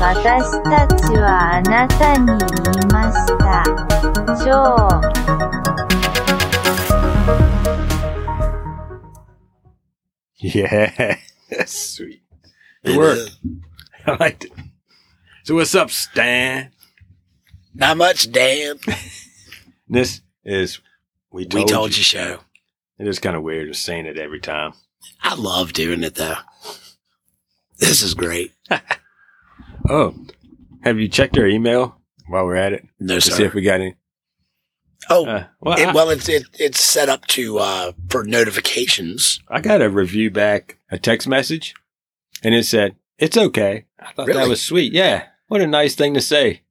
私たちはあなたに言いました。超。 Yeah. That's sweet. It It worked. is. I liked it. So what's up, Stan? Not much, Dan. This is we we told, told you. you show. It is kind of weird just saying it every time. I love doing it though. This is great. Oh, have you checked our email while we're at it No to see sir. if we got any? Oh, Uh, well, it, I- well, it's it, it's set up to uh, for notifications. I got a review back, a text message, and it said, It's okay. I thought that Really? was sweet. Yeah. What a nice thing to say.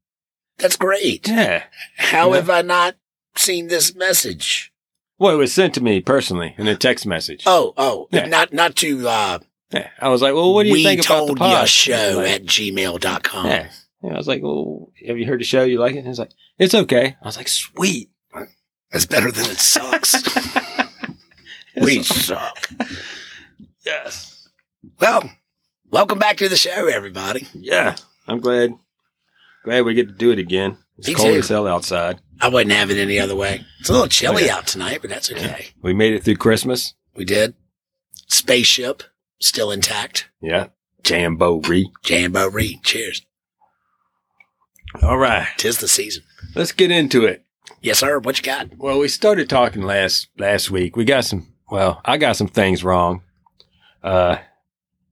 That's great. Yeah. How Yeah. have I not seen this message? Well, it was sent to me personally in a text message. Oh, oh, Yeah. not not to. Uh, Yeah. I was like, Well, what do you we think about told the pod? ya show Like, at gmail.com. yeah. yeah. I was like, Well, have you heard the show? You like it? And it's like, It's okay. I was like, Sweet. That's better than it sucks. we suck. Yes. Well, welcome back to the show, everybody. Yeah. I'm glad. Glad we get to do it again. It's Me cold too. as hell outside. I wouldn't have it any other way. It's a little chilly Okay. out tonight, but that's okay. We made it through Christmas. We did. Spaceship still intact. Yeah. Jamboree. Jambo Reed. Cheers. All right. Tis the season. Let's get into it. Yes, sir. What you got? Well, we started talking last last week. We got some. Well, I got some things wrong. Uh,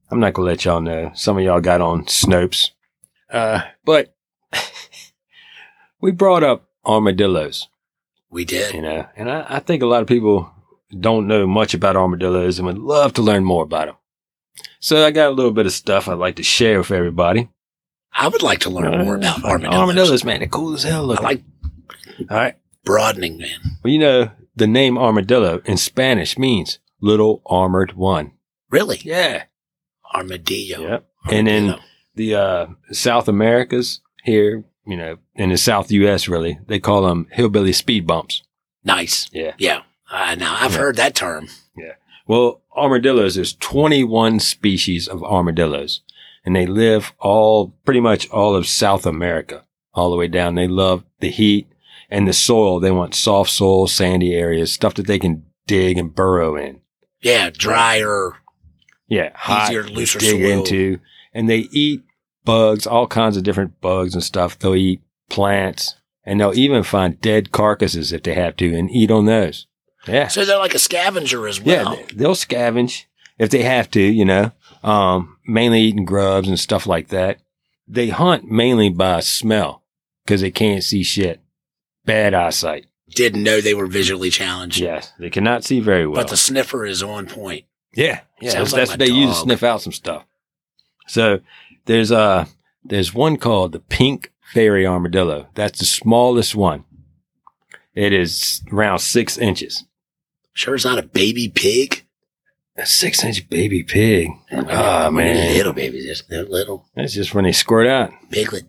I'm not gonna let y'all know. Some of y'all got on Snopes, uh, but we brought up armadillos, We did. you know, and I, I think a lot of people don't know much about armadillos and would love to learn more about them. So I got a little bit of stuff I'd like to share with everybody. I would like to learn Uh, more about armadillos. Armadillos, man, they're cool as hell. I Looking. like All right. broadening, man. Well, you know, the name armadillo in Spanish means little armored one. Really? Yeah. Armadillo. Yep. And in Armadillo. the uh, South Americas here, you know, in the South U.S., really, they call them hillbilly speed bumps. nice. Yeah. Yeah. I know. I've Yeah. heard that term. Well, armadillos, there's 21 species of armadillos, and they live all, pretty much all of South America, all the way down. They love the heat and the soil. They want soft soil, sandy areas, stuff that they can dig and burrow in. Yeah. Drier. Yeah, hot, Easier, looser dig soil. into, and they eat bugs, all kinds of different bugs and stuff. They'll eat plants, and they'll even find dead carcasses if they have to, and eat on those. Yeah, So they're like a scavenger as yeah, well. th- they'll scavenge if they have to, you know, um, mainly eating grubs and stuff like that. They hunt mainly by smell because they can't see shit. Bad eyesight. Didn't know they were visually challenged. Yes, they cannot see very well. But the sniffer is on point. Yeah, yeah. that's Sounds like that's my what they use to dog. sniff out some stuff. So there's uh there's one called the pink fairy armadillo. That's the smallest one. It is around six inches. Sure, it's not a baby pig. A six inch baby pig. Ah Ah, man. little babies, just they're little That's just when they squirt out. piglet.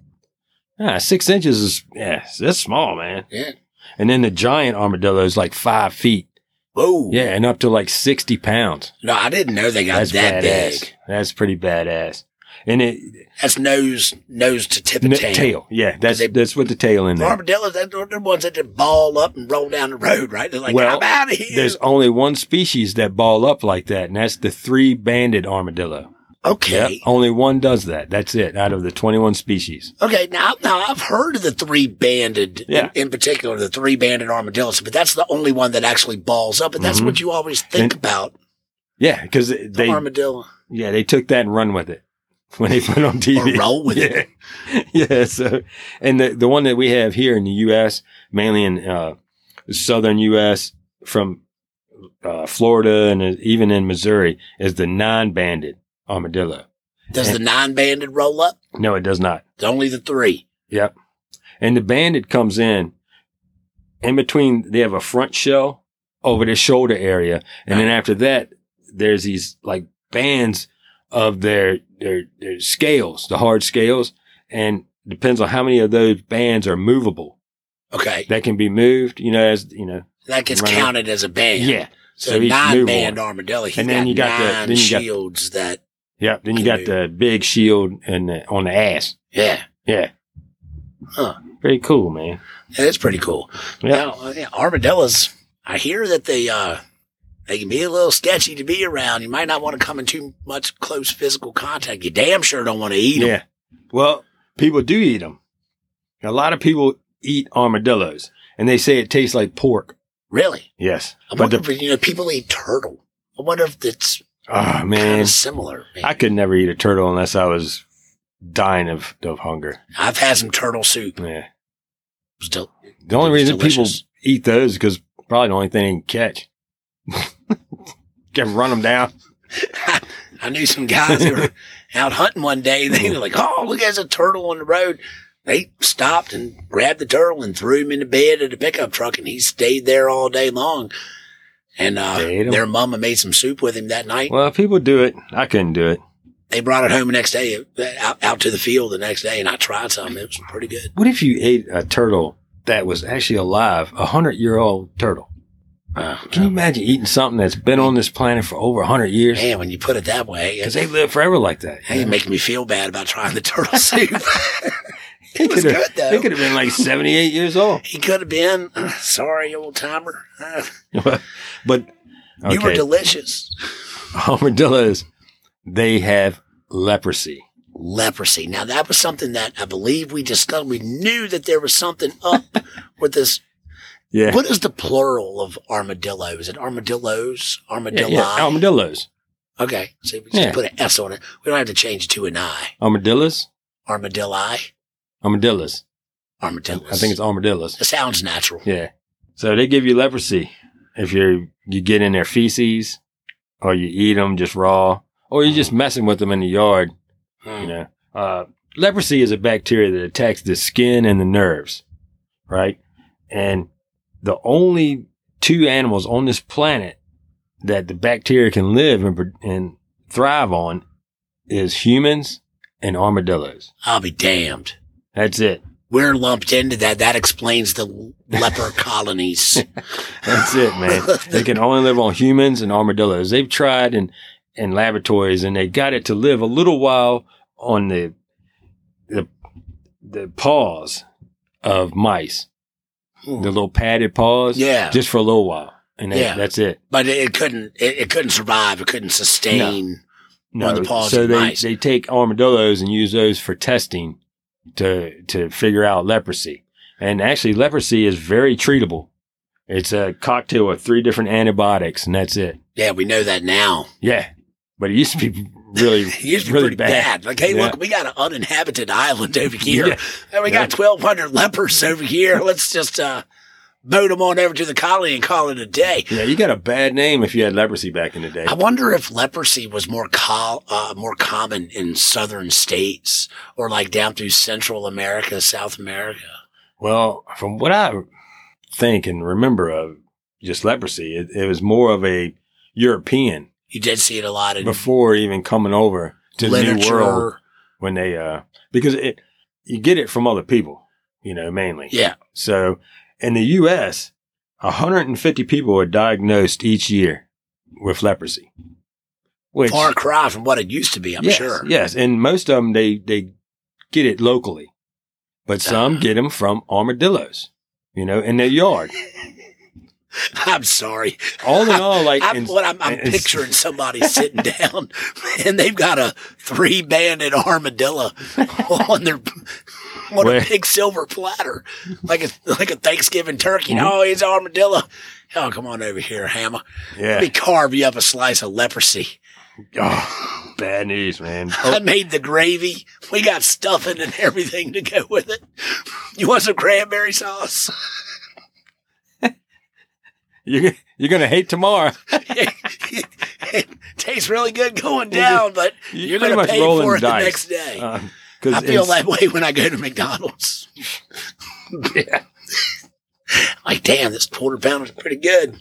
Ah, six inches is yeah, that's small, man. Yeah. And then the giant armadillo is like five feet. Whoa. Yeah, and up to like sixty pounds. No, I didn't know they got That's that badass. big. That's pretty badass. And it That's nose, nose to tip of n- tail. tail. Yeah, that's They- that's with the tail in The there. armadillos, they're they're the ones that just ball up and roll down the road, right? They're like, Well, I'm out of here. There's only one species that ball up like that, and that's the three banded armadillo. Okay. Yep, Only one does that. That's it out of the 21 species. Okay. Now, now I've heard of the three banded, Yeah. in, in particular, the three banded armadillos, but that's the only one that actually balls up. And that's Mhm. what you always And think about. Yeah, because The they armadillo. yeah they took that and run with it when they put it on TV. Or roll with it. it. yeah. So and the the one that we have here in the U.S. mainly in uh, southern U.S. from uh, Florida and even in Missouri is the nine banded armadillo. Does the nine banded roll up? No, it does not. It's only the three. Yep. And the bandit comes in in between they have a front shell over their shoulder area. And then after that, there's these like bands of their their their scales, the hard scales. And depends on how many of those bands are movable. Okay. That can be moved, you know, as you know. That gets Right. counted as a band. Yeah. So, So each nine movable. band armadillo. He's And then got you got the- nine then you got- shields that Yep. Then you Can got do. the big shield and the, on the ass. Yeah. Yeah. Huh. Pretty cool, man. Yeah, that's pretty cool. Yeah. Now, uh, yeah, armadillos, I hear that they uh they can be a little sketchy to be around. You might not want to come in too much close physical contact. You damn sure don't want to eat them. yeah. Well, people do eat them. A lot of people eat armadillos, and they say it tastes like pork. Really? Yes. I but wonder the if you know people eat turtle. I wonder if it's ah kind man, of similar. man. I could never eat a turtle unless I was dying of of hunger. I've had some turtle soup. Yeah. It's del- The only It's reason delicious. people eat those is because probably the only thing they can catch. Can run them down. I knew some guys who were out hunting one day. They were like, "Oh, look, there's a turtle on the road." They stopped and grabbed the turtle and threw him in the bed of the pickup truck, and he stayed there all day long. And uh, They ate him? their mama made some soup with him that night. Well, people do it. I couldn't do it. They brought it home the next day, uh, out, out to the field the next day, and I tried some. It was pretty good. What if you ate a turtle that was actually alive, a hundred year old turtle? Uh, Can you imagine eating something that's been on this planet for over a hundred years? man, when you put it that way, Because it's, they live forever like that. hey, you're making me feel bad about trying the turtle soup. They it was could've- good, though. They could have been like seventy eight years old. he could have been. uh, sorry, old timer. Uh, but You were okay, delicious. armadillos, they have leprosy. leprosy. Now that was something that I believe we discovered. We knew that there was something up with this. Yeah. What is the plural of armadillo? Is it armadillos? Yeah, Armadilli? yeah, Armadillos. Okay. So we just Yeah. put an S on it. We don't have to change it to an I. Armadillos? Armadilli? Armadillos. Armadillos. I think it's armadillos. It sounds natural. Yeah. So they give you leprosy if you're you get in their feces, or you eat them just raw, or you're just messing with them in the yard. You Hmm. know, uh, leprosy is a bacteria that attacks the skin and the nerves, right? And the only two animals on this planet that the bacteria can live and pro- and thrive on is humans and armadillos. I'll be damned. That's it. We're lumped into that. That explains the leper colonies. That's it, man. they can only live on humans and armadillos. They've tried in, in laboratories and they got it to live a little while on the the the paws of mice, Hmm. the little padded paws. Yeah. Just for a little while. And that, Yeah. that's it. But it couldn't. It, it couldn't survive. It couldn't sustain. On the paws so of they, mice. they take armadillos and use those for testing to to figure out leprosy. And actually leprosy is very treatable. It's a cocktail of three different antibiotics and that's it. Yeah, we know that now. Yeah, but it used to be really, It used to be really pretty bad. bad. Like, hey, Yeah. look, we got an uninhabited island over here, Yeah. and we got twelve hundred lepers over here. Let's just uh, boat them on over to the colony and call it a day. Yeah, you got a bad name if you had leprosy back in the day. I wonder if leprosy was more col- uh, more common in southern states or like down through Central America, South America. Well, from what I think and remember of just leprosy, it, it was more of a European You did see it a lot in before even coming over to the New literature. World when they uh because it you get it from other people, you know, mainly. Yeah, So in the U.S., 150 people are diagnosed each year with leprosy. Which far cry from what it used to be. I'm yes, sure. Yes, and most of them they they get it locally, but some get them from armadillos, you know, in their yard. I'm sorry. All in all, like I'm, in- what I'm, I'm in- picturing somebody sitting down and they've got a three banded armadillo on their on Where- a big silver platter, like a like a Thanksgiving turkey. Mm-hmm. Oh, he's an armadillo. Oh, come on over here, Hammer. Let yeah, me carve you up a slice of leprosy. Oh, bad news, man. I Oh, made the gravy. We got stuffing and everything to go with it. You want some cranberry sauce? you're you're gonna hate tomorrow. it tastes really good going down, but You you're pretty going to much pay rolling for it the dice. Uh, next day. I Because feel that way when I go to McDonald's. Like, damn, this quarter pounder's pretty good.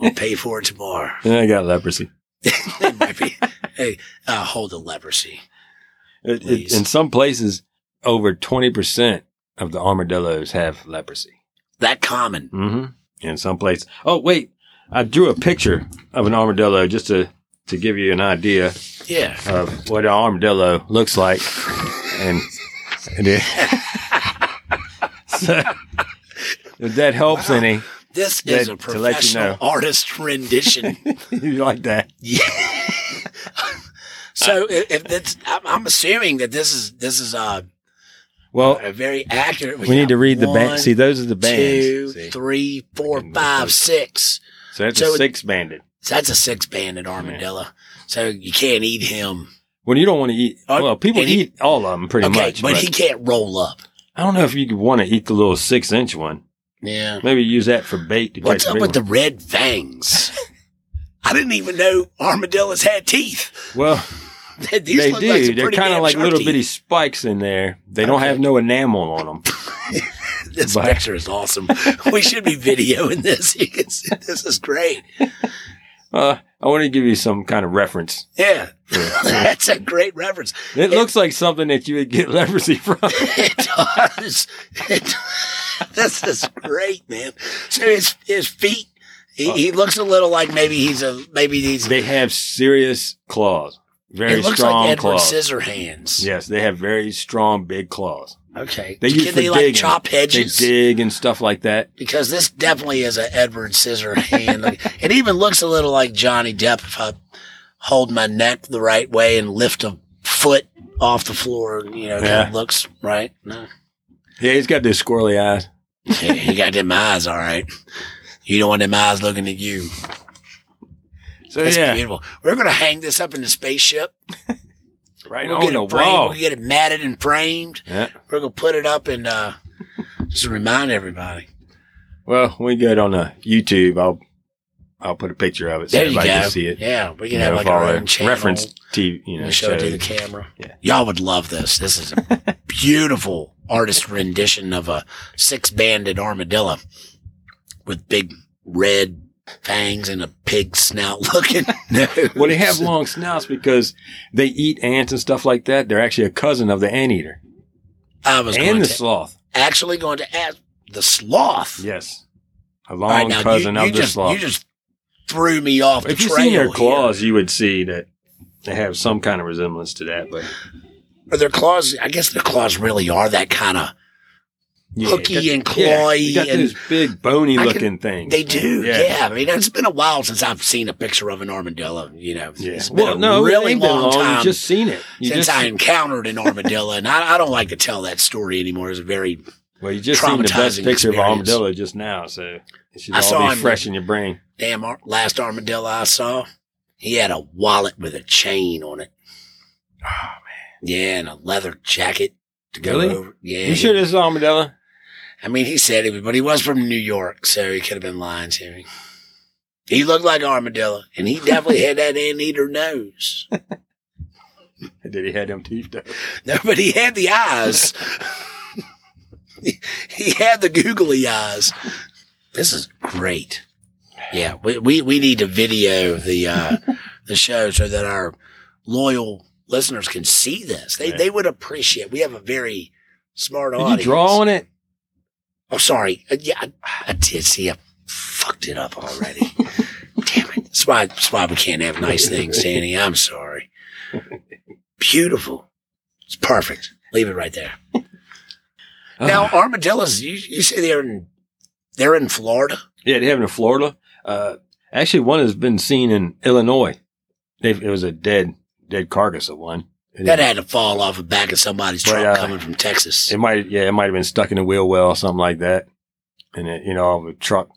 I'll pay for it tomorrow. I got leprosy. It might be. Hey, uh, hold the leprosy. It- it- Please. in some places, over twenty percent of the armadillos have leprosy. That common. Mm-hmm. In some place. Oh, wait. I drew a picture of an armadillo just to to give you an idea Yeah. of what an armadillo looks like. And, and it, so, if that helps any, This Yeah, is to a professional let you know. artist rendition. you like that. yeah. so if, if that's, I'm, I'm assuming that this is this is uh, Well, a very accurate. we need to read the One, band. See, those are the bands. two, see. three, four, Fucking five, motherfucker. six. So that's so a it- six banded. So that's a six banded armadillo. So you can't eat him. Well, you don't want to eat. Uh, well, people and he- eat all of them pretty okay, much. but But he can't roll up. I don't know if you want to eat the little six inch one. Yeah. Maybe use that for bait to What's catch up big with the one. red fangs? I didn't even know armadillos had teeth. Well, These they look like do. some They're pretty kind of damn like sharp little teeth. bitty spikes in there. They don't Okay. have no enamel on them. This But- picture is awesome. we should be videoing this. You can see- this is great. Uh, I want to give you some kind of reference. Yeah. That's a great reference. It looks like something that you would get leprosy from. It does. It, this is great, man. So his his feet, he, he looks a little like maybe he's a maybe he's. they have serious claws, very it looks strong like Edward claws. Scissorhands. Yes, they have very strong, big claws. Okay. They use Can for they like digging. chop hedges? They dig and stuff like that. because this definitely is an Edward Scissorhand. Like, it even looks a little like Johnny Depp if I hold my neck the right way and lift a foot off the floor. You know, kind Yeah. of looks right. No, Yeah, he's got those squirrely eyes. yeah, you got them eyes, all right. You don't want them eyes looking at you. So That's yeah, beautiful. We're gonna hang this up in the spaceship. right We'll on get the it framed. wall. We'll get it matted and framed. Yeah. We're gonna put it up and uh, just to remind everybody. Well, we get on uh, YouTube. I'll I'll put a picture of it so There you everybody go. can see it. Yeah, we You can have know, like if our all own the channel. reference TV, you know, we show it to the shows. camera. Yeah. Y'all would love this. This is a beautiful artist rendition of a six banded armadillo with big red fangs and a pig snout looking. nose. Well, they have long snouts because they eat ants and stuff like that. They're actually a cousin of the anteater I was going and the to, sloth. actually going to ask the sloth. Yes, a All long right, now, you- cousin you, of the just, sloth. You just threw me off if the you trail. seen their here. claws, you would see that they have some kind of resemblance to that. But Are their claws? I guess their claws really are that kind of. yeah, Hooky you and yeah, clawy you got and- those big bony I can- looking things. They do, yeah. Yeah. I mean, it's been a while since I've seen a picture of an armadillo. You know, yeah. it's been Well, a no, it really ain't been long, You've time just seen it. You since just, I encountered an armadillo, and I, I don't like to tell that story anymore. It's very. Well, you just seen the best traumatizing picture of experience. armadillo armadillo just now, so it should I all all saw be be him. fresh fresh in your brain. Damn, ar- last armadillo I saw, he had a wallet with a chain on it. Oh man! Yeah, and a leather jacket to go Really? over. Yeah, You sure this is armadillo? I mean, he said it, but he was from New York, so he could have been lying to me. He looked like an armadillo, and he definitely had that anteater nose. Did he have them teeth? Though? No, but he had the eyes. he, he had the googly eyes. This is great. Yeah, we, we, we need to video the uh, the show so that our loyal listeners can see this. They Yeah. they would appreciate. We have a very smart Did audience. you draw on it? Oh, sorry. Uh, yeah, I, I did see. I fucked it up already. Damn it. That's why, that's why we can't have nice things, Danny. I'm sorry. Beautiful. It's perfect. Leave it right there. Now, Ah. armadillos. You, you say they're in they're in Florida. yeah, they have it in Florida. Uh, actually, one has been seen in Illinois. They, it was a dead dead carcass of one. And That it, had to fall off the back of somebody's truck Right, uh, coming from Texas. it might yeah, it might have been stuck in a wheel well or something like that, and it, you know, of a truck.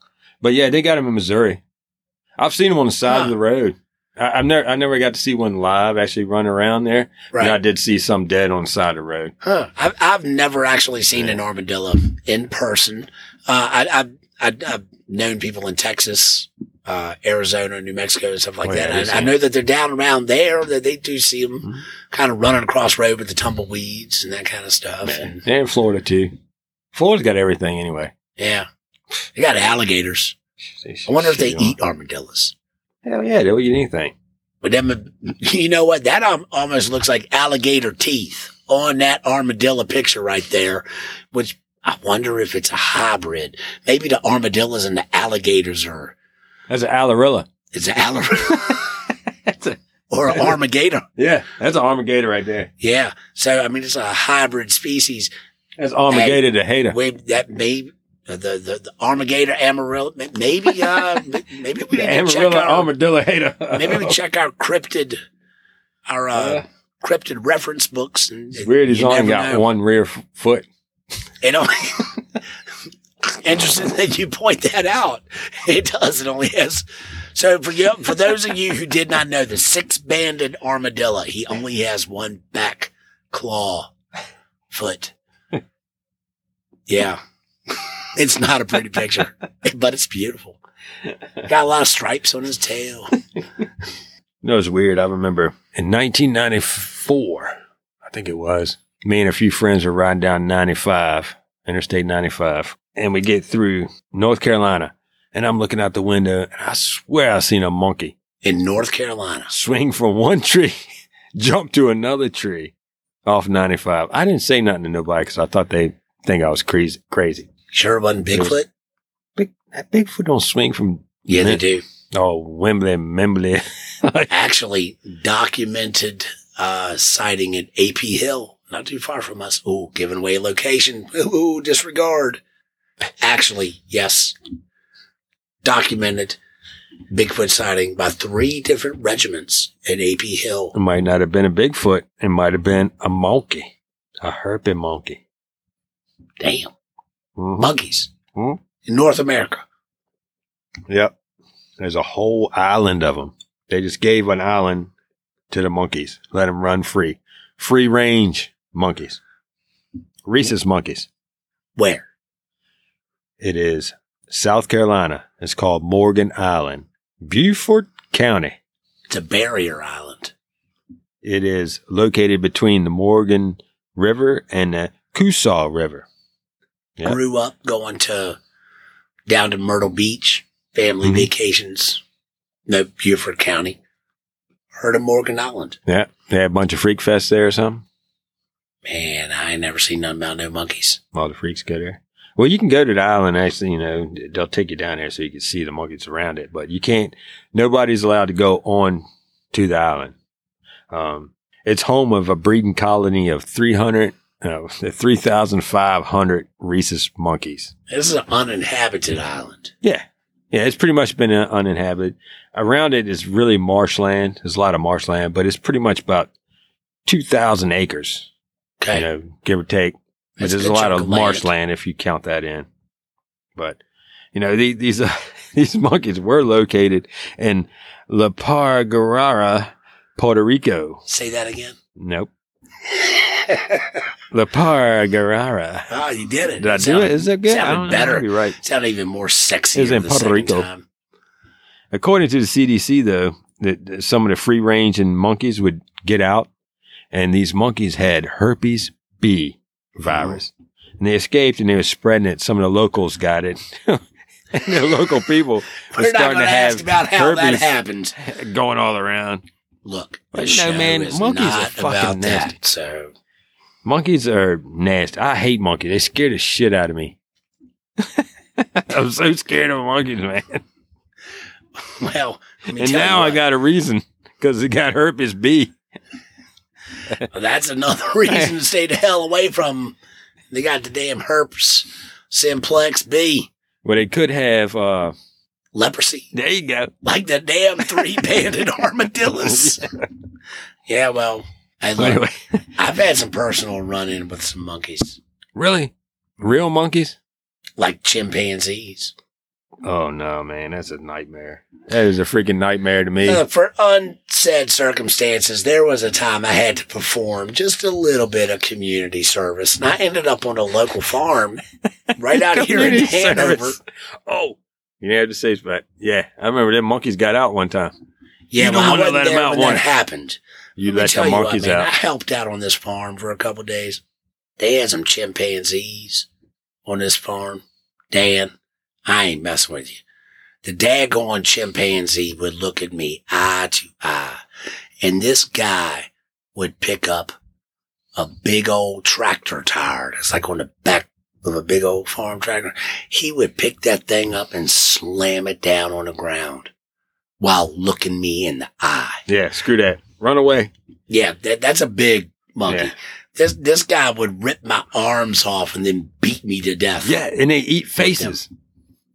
But yeah, they got them in Missouri. I've seen them on the side Huh. of the road. I, I've never I never got to see one live actually run around there. right. And I did see some dead on the side of the road. Huh. I've, I've never actually seen an armadillo in person. Uh, I, I, I, I've known people in Texas, uh, Arizona, New Mexico, and stuff like Oh, yeah, that. I've And I seen know that they're down around there, that they do see them Mhm. kind of running across road with the tumbleweeds and that kind of stuff. And They're in Florida too. Florida's got everything anyway. yeah, they got alligators. I wonder if they eat armadillos. Hell yeah, they'll eat anything. But them, you know what? That um, almost looks like alligator teeth on that armadillo picture right there, which I wonder if it's a hybrid. Maybe the armadillos and the alligators are, That's an alarilla. it's an alligator. That's a, or an armageddon. yeah, that's an Armageddon right there. Yeah. So I mean, it's a hybrid species. That's Armageddon to hater. We, that may uh, the the, the armageddon amarillo. may- Maybe uh, may- maybe we The need to check Amarillo our Armadillo hater. maybe we check our cryptid our uh, Uh, cryptid reference books. And, it's weird. He's you only never got know. one rear f- foot. It only, interesting that you point that out. It does. It only has. So for you, for those of you who did not know, the six-banded armadillo, he only has one back claw foot. Yeah, it's not a pretty picture, but it's beautiful. Got a lot of stripes on his tail. No, it's weird. I remember in 1994, I think it was, me and a few friends were riding down 95, Interstate 95, and we get through North Carolina. And I'm looking out the window, and I swear I seen a monkey In North Carolina, swing from one tree, jump to another tree off 95. I didn't say nothing to nobody because I thought they think I was crazy. Crazy. sure it wasn't Bigfoot. Big, that Bigfoot don't swing from Yeah, they do. oh Wembley, Membley. actually documented uh, sighting at AP Hill, not too far from us. Ooh, giving away location. Ooh, disregard. Actually, yes, documented Bigfoot sighting by three different regiments at AP Hill. It might not have been a Bigfoot. It might have been a monkey, a herping monkey. Damn, Mhm. monkeys Hmm? in North America. Yep. There's a whole island of them. They just gave an island to the monkeys, let them run free. Free range monkeys. Rhesus monkeys. Where? It is South Carolina. It's called Morgan Island, Beaufort County. It's a barrier island. It is located between the Morgan River and the Coosaw River. Yep. Grew up going to down to Myrtle Beach, family Mhm. vacations, no Beaufort County. Heard of Morgan Island. Yeah, they had a bunch of freak fests there or something. Man, I ain't never seen nothing about no monkeys. All the freaks go there. Well, you can go to the island. Actually, you know they'll take you down there so you can see the monkeys around it. But you can't. Nobody's allowed to go on to the island. Um, it's home of a breeding colony of three hundred, uh, three thousand five hundred rhesus monkeys. This is an uninhabited island. Yeah. Yeah, it's pretty much been uh, uninhabited. Around it is really marshland. There's a lot of marshland, but it's pretty much about 2,000 acres, Okay. you know, give or take. But That's there's a good lot chunk of of land. marshland if you count that in. But, you know, the- these uh, these monkeys were located in La Pargarara, Puerto Rico. Say that again. Nope. La Pargarara. oh, you did it. Did I do sounded, it? Is that good? I sounded don't know. better. That'd be right. Sounded even more sexy. It was in Puerto Rico. Time. According to the CDC, though, that that some of the free range and monkeys would get out, and these monkeys had herpes B virus, and they escaped and they were spreading it. Some of the locals got it, and the local people were We're not starting going to to ask have about how that herpes happened. going all around. Look, But the no, show man, is monkeys not are fucking about nasty. that. So Monkeys are nasty. I hate monkeys. They scare the shit out of me. I'm so scared of monkeys, man. well, let me And tell now you I what, got a reason because it got herpes B. That's another reason to stay the hell away from. 'em. They got the damn herpes, simplex B, Well, they could have. uh leprosy. There you go. like the damn three banded armadillos. yeah, well, I look, Anyway. I've had some personal run in with some monkeys, Really? Real monkeys? like chimpanzees. Oh no, man, that's a nightmare. That is a freaking nightmare to me. Uh, for unsaid circumstances, there was a time I had to perform just a little bit of community service, and I ended up on a local farm right out here in Community Hanover. service. Oh, you didn't have to say it's but yeah, I remember them monkeys got out one time. Yeah, You well, don't I wanna wasn't let 'em there out when one. that happened. You Let me let tell the what, monkeys man, I out. helped out on this farm for a couple days. They had some chimpanzees on this farm. Dan, I ain't messing with you. The daggone chimpanzee would look at me eye to eye, and this guy would pick up a big old tractor tire that's like on the back of a big old farm tractor. He would pick that thing up and slam it down on the ground while looking me in the eye. Yeah, screw that. Run away. Yeah, that, that's a big monkey. Yeah. This this guy would rip my arms off and then beat me to death. Yeah, and they eat faces.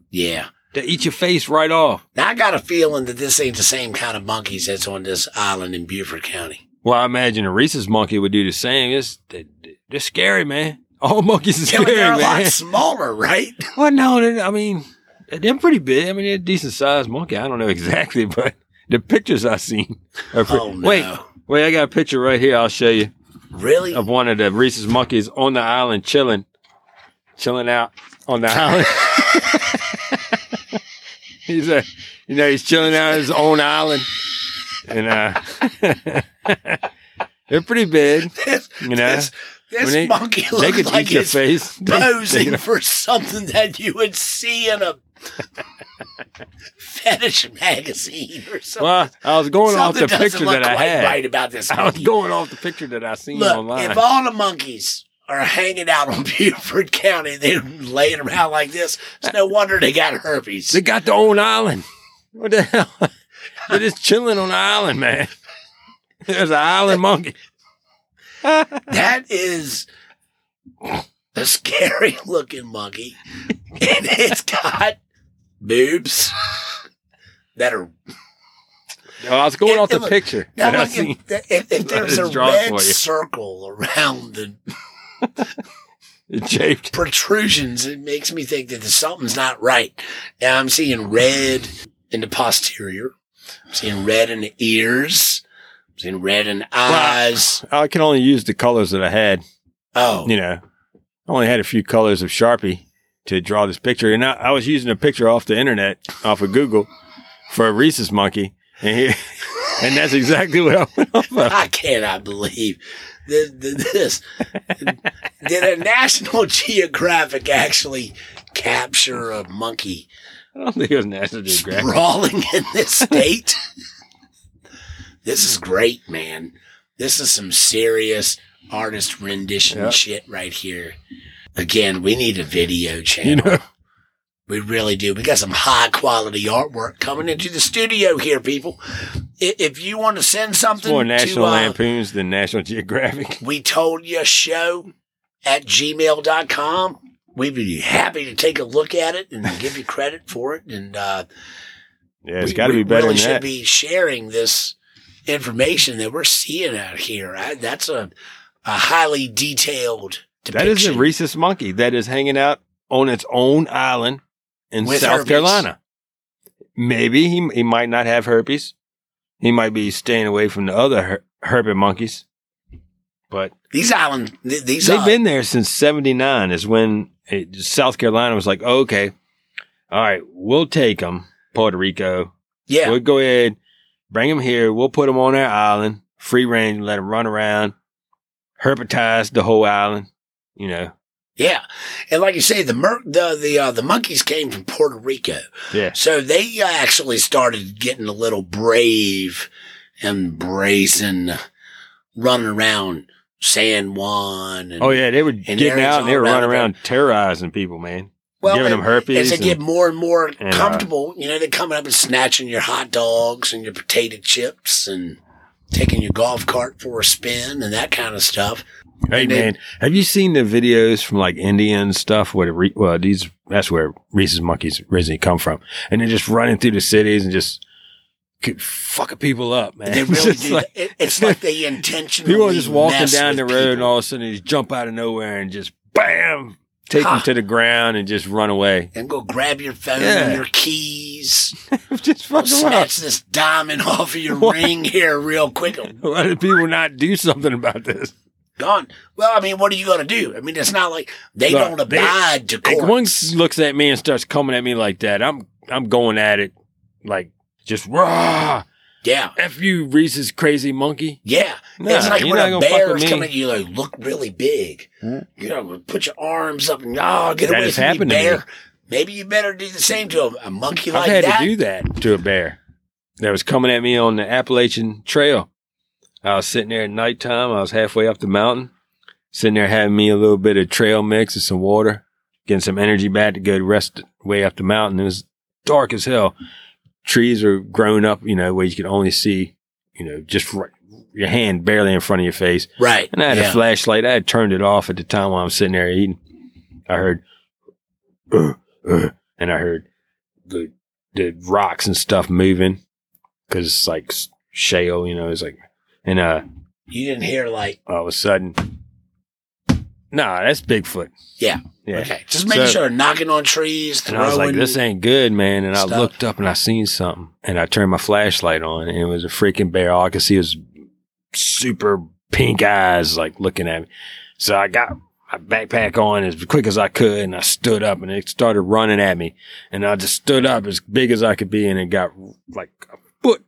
yeah. They eat your face right off. Now I got a feeling that this ain't the same kind of monkeys that's on this island in Beaufort County. Well, I imagine a rhesus monkey would do the same. It's, they- they're scary, man. All monkeys are Yeah, but scary, they're a lot man. smaller, right? Well, no, they- I mean, they're pretty big. I mean, they're a decent sized monkey. I don't know exactly, but the pictures I've seen are pretty. Oh no. Wait, wait, I got a picture right here. I'll show you Really? of one of the rhesus monkeys on the island chilling, chilling out on the island. he's a, you know, he's chilling out on his own island, and uh, they're pretty big. This, You know, this, this when they- monkey they looks could like eat your it's face. They- they posing could- for something that you would see in a fetish magazine or something. well, I was going off something the doesn't picture look that I quite had. right about this I was monkey. going off the picture that I seen Look, online. if all the monkeys are hanging out on Beaufort County, they're laying around like this. It's no wonder they got herpes. They got their own island. What the hell? They're just chilling on the island, man. There's an island monkey. That is a scary looking monkey. And it's got boobs that are Oh, I was going It- off it the look- picture Now, that I look, seen. if, if, if there's a It's drawn red for you. circle around the It shaped. protrusions, it makes me think that there's- something's not right. Now I'm seeing red in the posterior. I'm seeing red in the ears. I'm seeing red in the eyes. I can only use the colors that I had. Oh, You know, I only had a few colors of Sharpie to draw this picture, and I, I was using a picture off the internet, off of Google, for a rhesus monkey, and here, and that's exactly what I went off of. I cannot believe this. this. Did a National Geographic actually capture a monkey I don't think it was National Geographic. brawling in this state. this is great, man. This is some serious artist rendition Yep. shit right here. Again, we need a video channel. You know, We really do. We got some high quality artwork coming into the studio here, people. I- If you want to send something more to National uh, Lampoons than National Geographic. we told you show at gmail.com. We'd be happy to take a look at it and give you credit for it. And uh, Yeah, it's we- got to we be better really than should that. be sharing this information that we're seeing out here. I, that's a, a highly detailed That depiction. is a rhesus monkey that is hanging out on its own island in With South herpes. Carolina. Maybe he he might not have herpes. He might be staying away from the other her- herpet monkeys. But these island, th- these they've uh, been there since 79 is when it, South Carolina was like, okay, all right, we'll take them, Puerto Rico. yeah, We'll go ahead, bring them here. We'll put them on our island, free range, let them run around, herpetize the whole island, you know. yeah. And like you say, the mer- the the uh, the monkeys came from Puerto Rico, Yeah. so they uh, actually started getting a little brave and brazen, running around San Juan. And, Oh yeah, they were getting areas out and they all were running around around terrorizing people, man. Well, giving them and- herpes. As they and- get more and more and, uh, comfortable, you know, they're coming up and snatching your hot dogs and your potato chips and taking your golf cart for a spin and that kind of stuff. hey and they- man, have you seen the videos from like India and stuff where the re- well these that's where rhesus monkeys originally come from, and they're just running through the cities and just could fucking people up, man. They really Just do. like- that. It- it's like they intentionally people are just walking mess down the with road and people. all of a sudden they just jump out of nowhere and just bam, take Ha. them to the ground and just run away. and go grab your phone Yeah. and your keys. just fucking wild. snatch this diamond off of your What? ring here real quick. and Why did people not do something about this? Gone. Well, I mean, what are you going to do? I mean, it's not like they Look, don't they- abide to If court. one looks at me and starts coming at me like that, I'm I'm going at it like just raw. yeah. F you, Reese's crazy monkey. Yeah. Nah, it's like you're when not a gonna fuck bear with is me. coming at you, like, look really big. Hmm. You know, put your arms up and, oh, get That away has from me, happened to me. bear. Maybe you better do the same to a, a monkey I've like had that. to do that to a bear that was coming at me on the Appalachian Trail. I was sitting there at nighttime. I was halfway up the mountain, sitting there having me a little bit of trail mix and some water, getting some energy back to go the rest of the way up the mountain. It was dark as hell. trees are grown up, you know, where you can only see, you know, just right, your hand barely in front of your face. Right. And I had yeah. a flashlight. I had turned it off at the time while I'm sitting there eating. I heard, uh, uh, and I heard the the rocks and stuff moving because it's like s- shale, you know. It's like, and uh, you didn't hear like all of a sudden, nah, that's Bigfoot. Yeah. yeah. okay, just making So- sure knocking on trees, And throwing. I was like, this ain't good, man. And I stuff. looked up and I seen something. And I turned my flashlight on and it was a freaking bear. All I could see was super pink eyes like looking at me. So I got my backpack on as quick as I could and I stood up and it started running at me. And I just stood up as big as I could be and it got like a foot.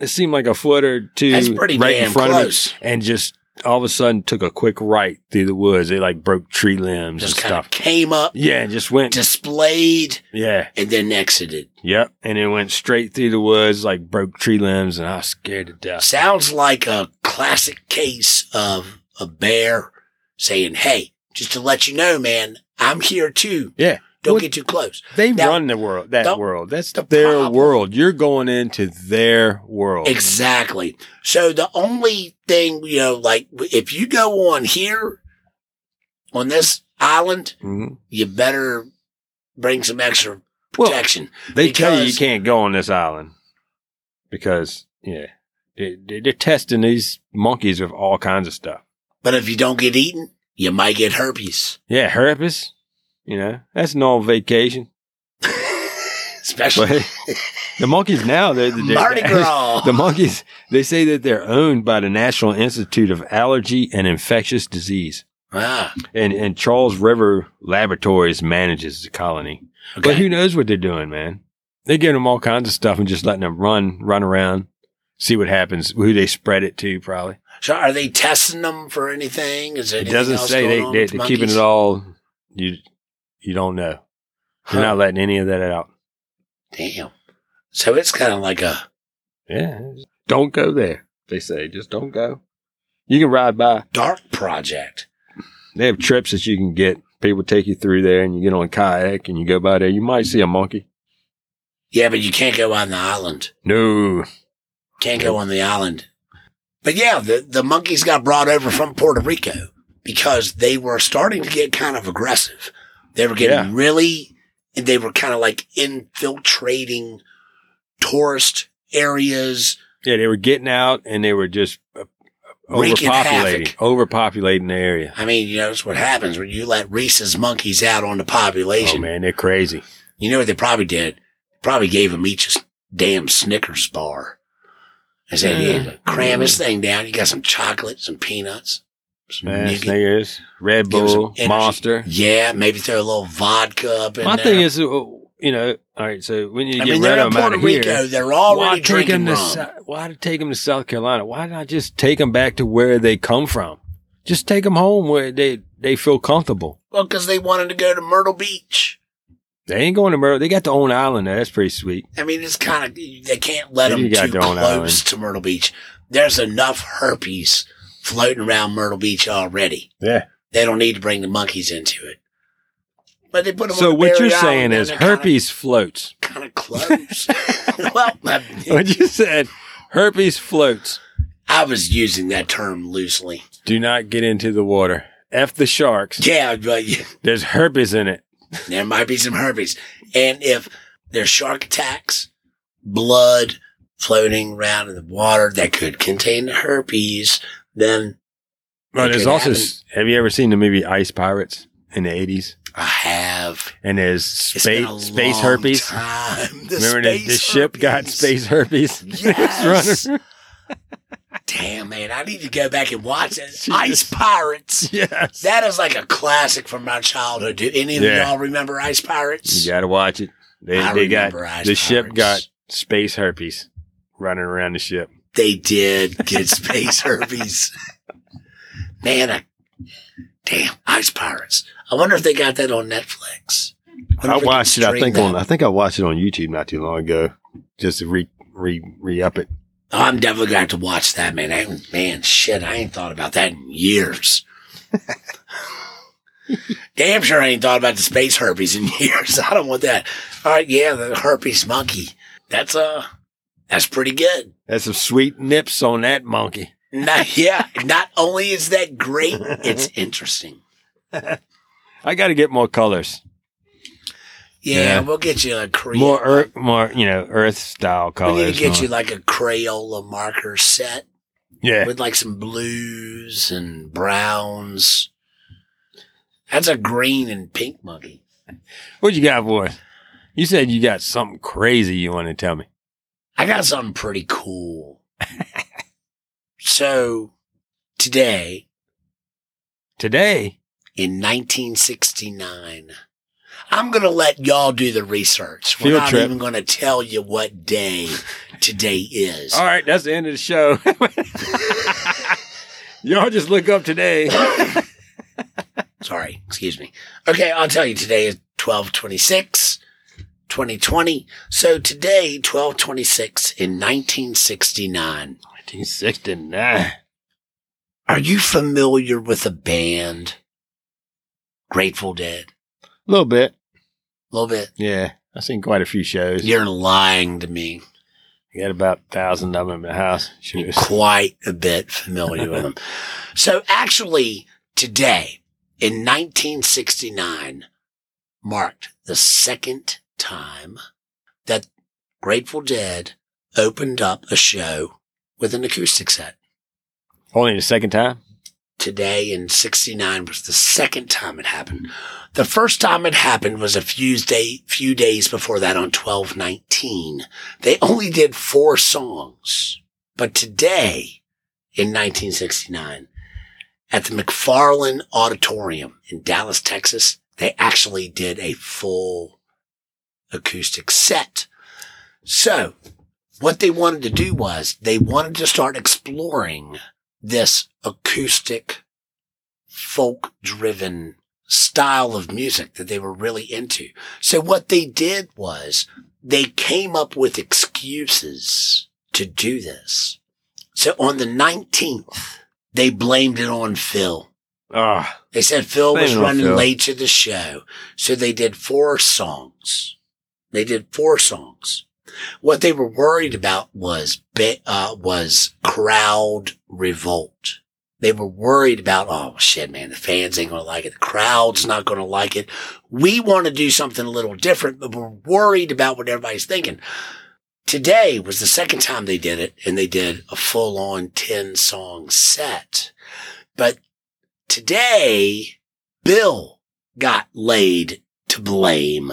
It seemed like a foot or two that's pretty right damn in front of me close. and just all of a sudden took a quick right through the woods. It like broke tree limbs Just and kind stuff. of came up, yeah, and just went. displayed, yeah. and then exited. Yep. And it went straight through the woods, like broke tree limbs, and I was scared to death. Sounds like a classic case of a bear saying, "Hey, just to let you know, man, I'm here too. Yeah. Don't What- get too close." They Now- run the world, that the- world. That's the their problem- world. You're going into their world. Exactly. So the only thing you know, like if you go on here on this island, Mhm. you better bring some extra Well, protection. They tell you you because- can't go on this island because, yeah, they, they- they're testing these monkeys with all kinds of stuff. but if you don't get eaten, you might get herpes, Yeah, herpes, you know, that's no vacation. especially But the monkeys now, they're, they're Mardi Gras. The monkeys, they say that they're owned by the National Institute of Allergy and Infectious Disease. ah, And, and Charles River Laboratories manages the colony. okay. But who knows what they're doing, man? They're giving them all kinds of stuff and just letting them run, run around, see what happens, who they spread it to, probably. so are they testing them for anything? Is there It anything doesn't else say going they, on they, with they're keeping monkeys? it all, you, you don't know. Huh. They're not letting any of that out. Damn. So it's kind of like a Yeah. Don't go there, they say. Just don't go. You can ride by. dark project. They have trips that you can get. People take you through there, and you get on a kayak, and you go by there. You might see a monkey. Yeah, but you can't go on the island. No, Can't go on the island. But yeah, the, the monkeys got brought over from Puerto Rico because they were starting to get kind of aggressive. They were getting Yeah. really, and they were kind of like infiltrating tourist areas. yeah, they were getting out, and they were just uh, Wreaking overpopulating, overpopulating the area. I mean, you know, that's what happens when you let Reese's monkeys out on the population. Oh man, they're crazy. You know what they probably did? Probably gave him each a s- damn Snickers bar. I said, Yeah. yeah, cram this thing down. You got some chocolate, some peanuts, some Man, nougat. Snickers, Red Give 'em some Bull, energy. Monster. Yeah, maybe throw a little vodka up in My there. thing is, uh, you know, all right. So when you get I rid mean, they're in of them out Puerto of Rico. here, They're why already take drinking them to rum. Sou- why take them to South Carolina? Why not just take them back to where they come from? Just take them home where they they feel comfortable. well, because they wanted to go to Myrtle Beach. They ain't going to Myrtle. They got their own island there. That's pretty sweet. I mean, it's kind of they can't let They them do got too their own close island. to Myrtle Beach. There's enough herpes floating around Myrtle Beach already. Yeah. They don't need to bring the monkeys into it. But they put them. So on what you're saying is herpes floats. Kind of close. well, I, What you said, herpes floats. I was using that term loosely. Do not get into the water. F the sharks. Yeah, but yeah, There's herpes in it. there might be some herpes, and if there's shark attacks, blood floating around in the water that could contain the herpes, then But It there's could also. Have you ever seen the movie Ice Pirates in the 80s? I have And there's It's been a space space long herpes. Time. The Remember the, space the ship got herpes. space herpes. It's Yes. running- Damn man, I need to go back and watch it. Jesus. Ice Pirates. yes. That is like a classic from my childhood. Do any of Yeah. y'all remember Ice Pirates? You gotta watch it. They, I they got remember Ice the ship Pirates. got space herpes running around the ship. They did get space herpes. Man, I, damn Ice Pirates. I wonder if they got that on Netflix. wonder I if they watched can it. I think stream on that. I think I watched it on YouTube not too long ago, just to re re re up it. Oh, I'm definitely gonna have to watch that, man. I, man, shit, I ain't thought about that in years. Damn sure I ain't thought about the space herpes in years. I don't want that. All right, yeah, the herpes monkey. That's uh, that's pretty good. That's some sweet nips on that monkey. Not, yeah, not only is that great, it's interesting. I got to get more colors, Yeah, Yeah. we'll get you a crayon. more earth, more you know, earth style we colors. need to get more- you like a Crayola marker set yeah, with like some blues and browns. That's a green and pink monkey. What you got for us? You said you got something crazy you want to tell me. I got something pretty cool. so today Today, in 1969, I'm going to let y'all do the research. We're Field not trip. even going to tell you what day today is. all right, that's the end of the show. Y'all just look up today. Sorry, excuse me. Okay, I'll tell you today is 1226, 2020. So today, 1226 in 1969. 1969. Are you familiar with a band? Grateful Dead? A little bit. A little bit. Yeah. I've seen quite a few shows. You're lying to me. I got about a thousand of them in the house. Shoes. quite a bit familiar with them. So actually, today in 1969 marked the second time that Grateful Dead opened up a show with an acoustic set. Only the second time? Today in 69 was the second time it happened. The first time it happened was a few, day, few days before that on 1219. They only did four songs. But today, in 1969, at the McFarland Auditorium in Dallas, Texas, they actually did a full acoustic set. So what they wanted to do was they wanted to start exploring this acoustic folk driven style of music that they were really into. So what they did was they came up with excuses to do this. So on the 19th, they blamed it on Phil. Ah, They said Phil Blame was it on running Phil. late to the show. So they did four songs. They did four songs. What they were worried about was, ba- uh, was crowd revolt. They were worried about, oh shit, man, the fans ain't going to like it. The crowd's not going to like it. We want to do something a little different, but we're worried about what everybody's thinking. Today was the second time they did it and they did a full on 10 song set. But today, Bill got laid to blame.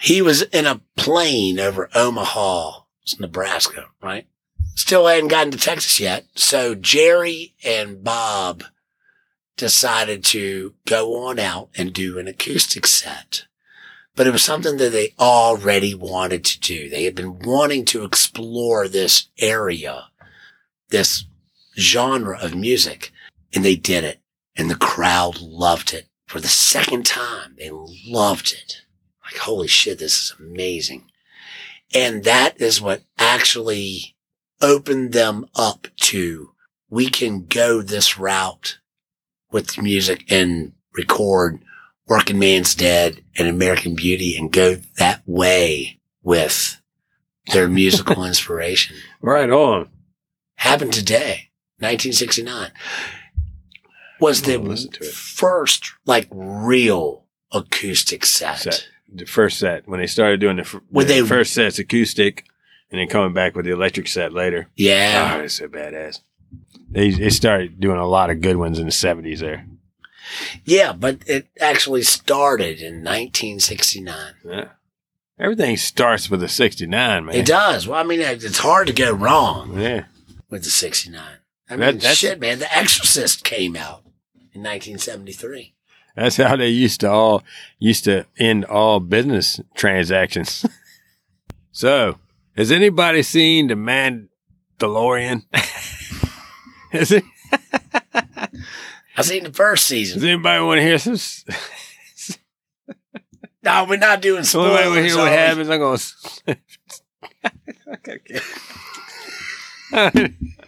He was in a plane over Omaha, Nebraska, right? Still hadn't gotten to Texas yet. So Jerry and Bob decided to go on out and do an acoustic set. But it was something that they already wanted to do. They had been wanting to explore this area, this genre of music, and they did it and the crowd loved it for the second time. They loved it. Like, holy shit, this is amazing. And that is what actually opened them up to we can go this route with music and record Working Man's Dead and American Beauty and go that way with their musical inspiration right on. happened today, 1969, was the I'll listen to it. first like real acoustic set. Set. The first set, when they started doing the, fr- When the they- first set's acoustic and then coming back with the electric set later. Yeah. Oh, it's so badass. They, they started doing a lot of good ones in the 70s there. Yeah, but it actually started in 1969. Yeah. Everything starts with a 69, man. It does. Well, I mean, it- it's hard to go wrong Yeah. with the 69. I That- mean, that's- shit, man, The Exorcist came out in 1973. That's how they used to all used to end all business transactions. so, has anybody seen the Mandalorian? has, it, I seen the first does season. anybody want to hear some? s- No, we're not doing Does anybody want to spoilers. hear what are we? happens? I'm going. to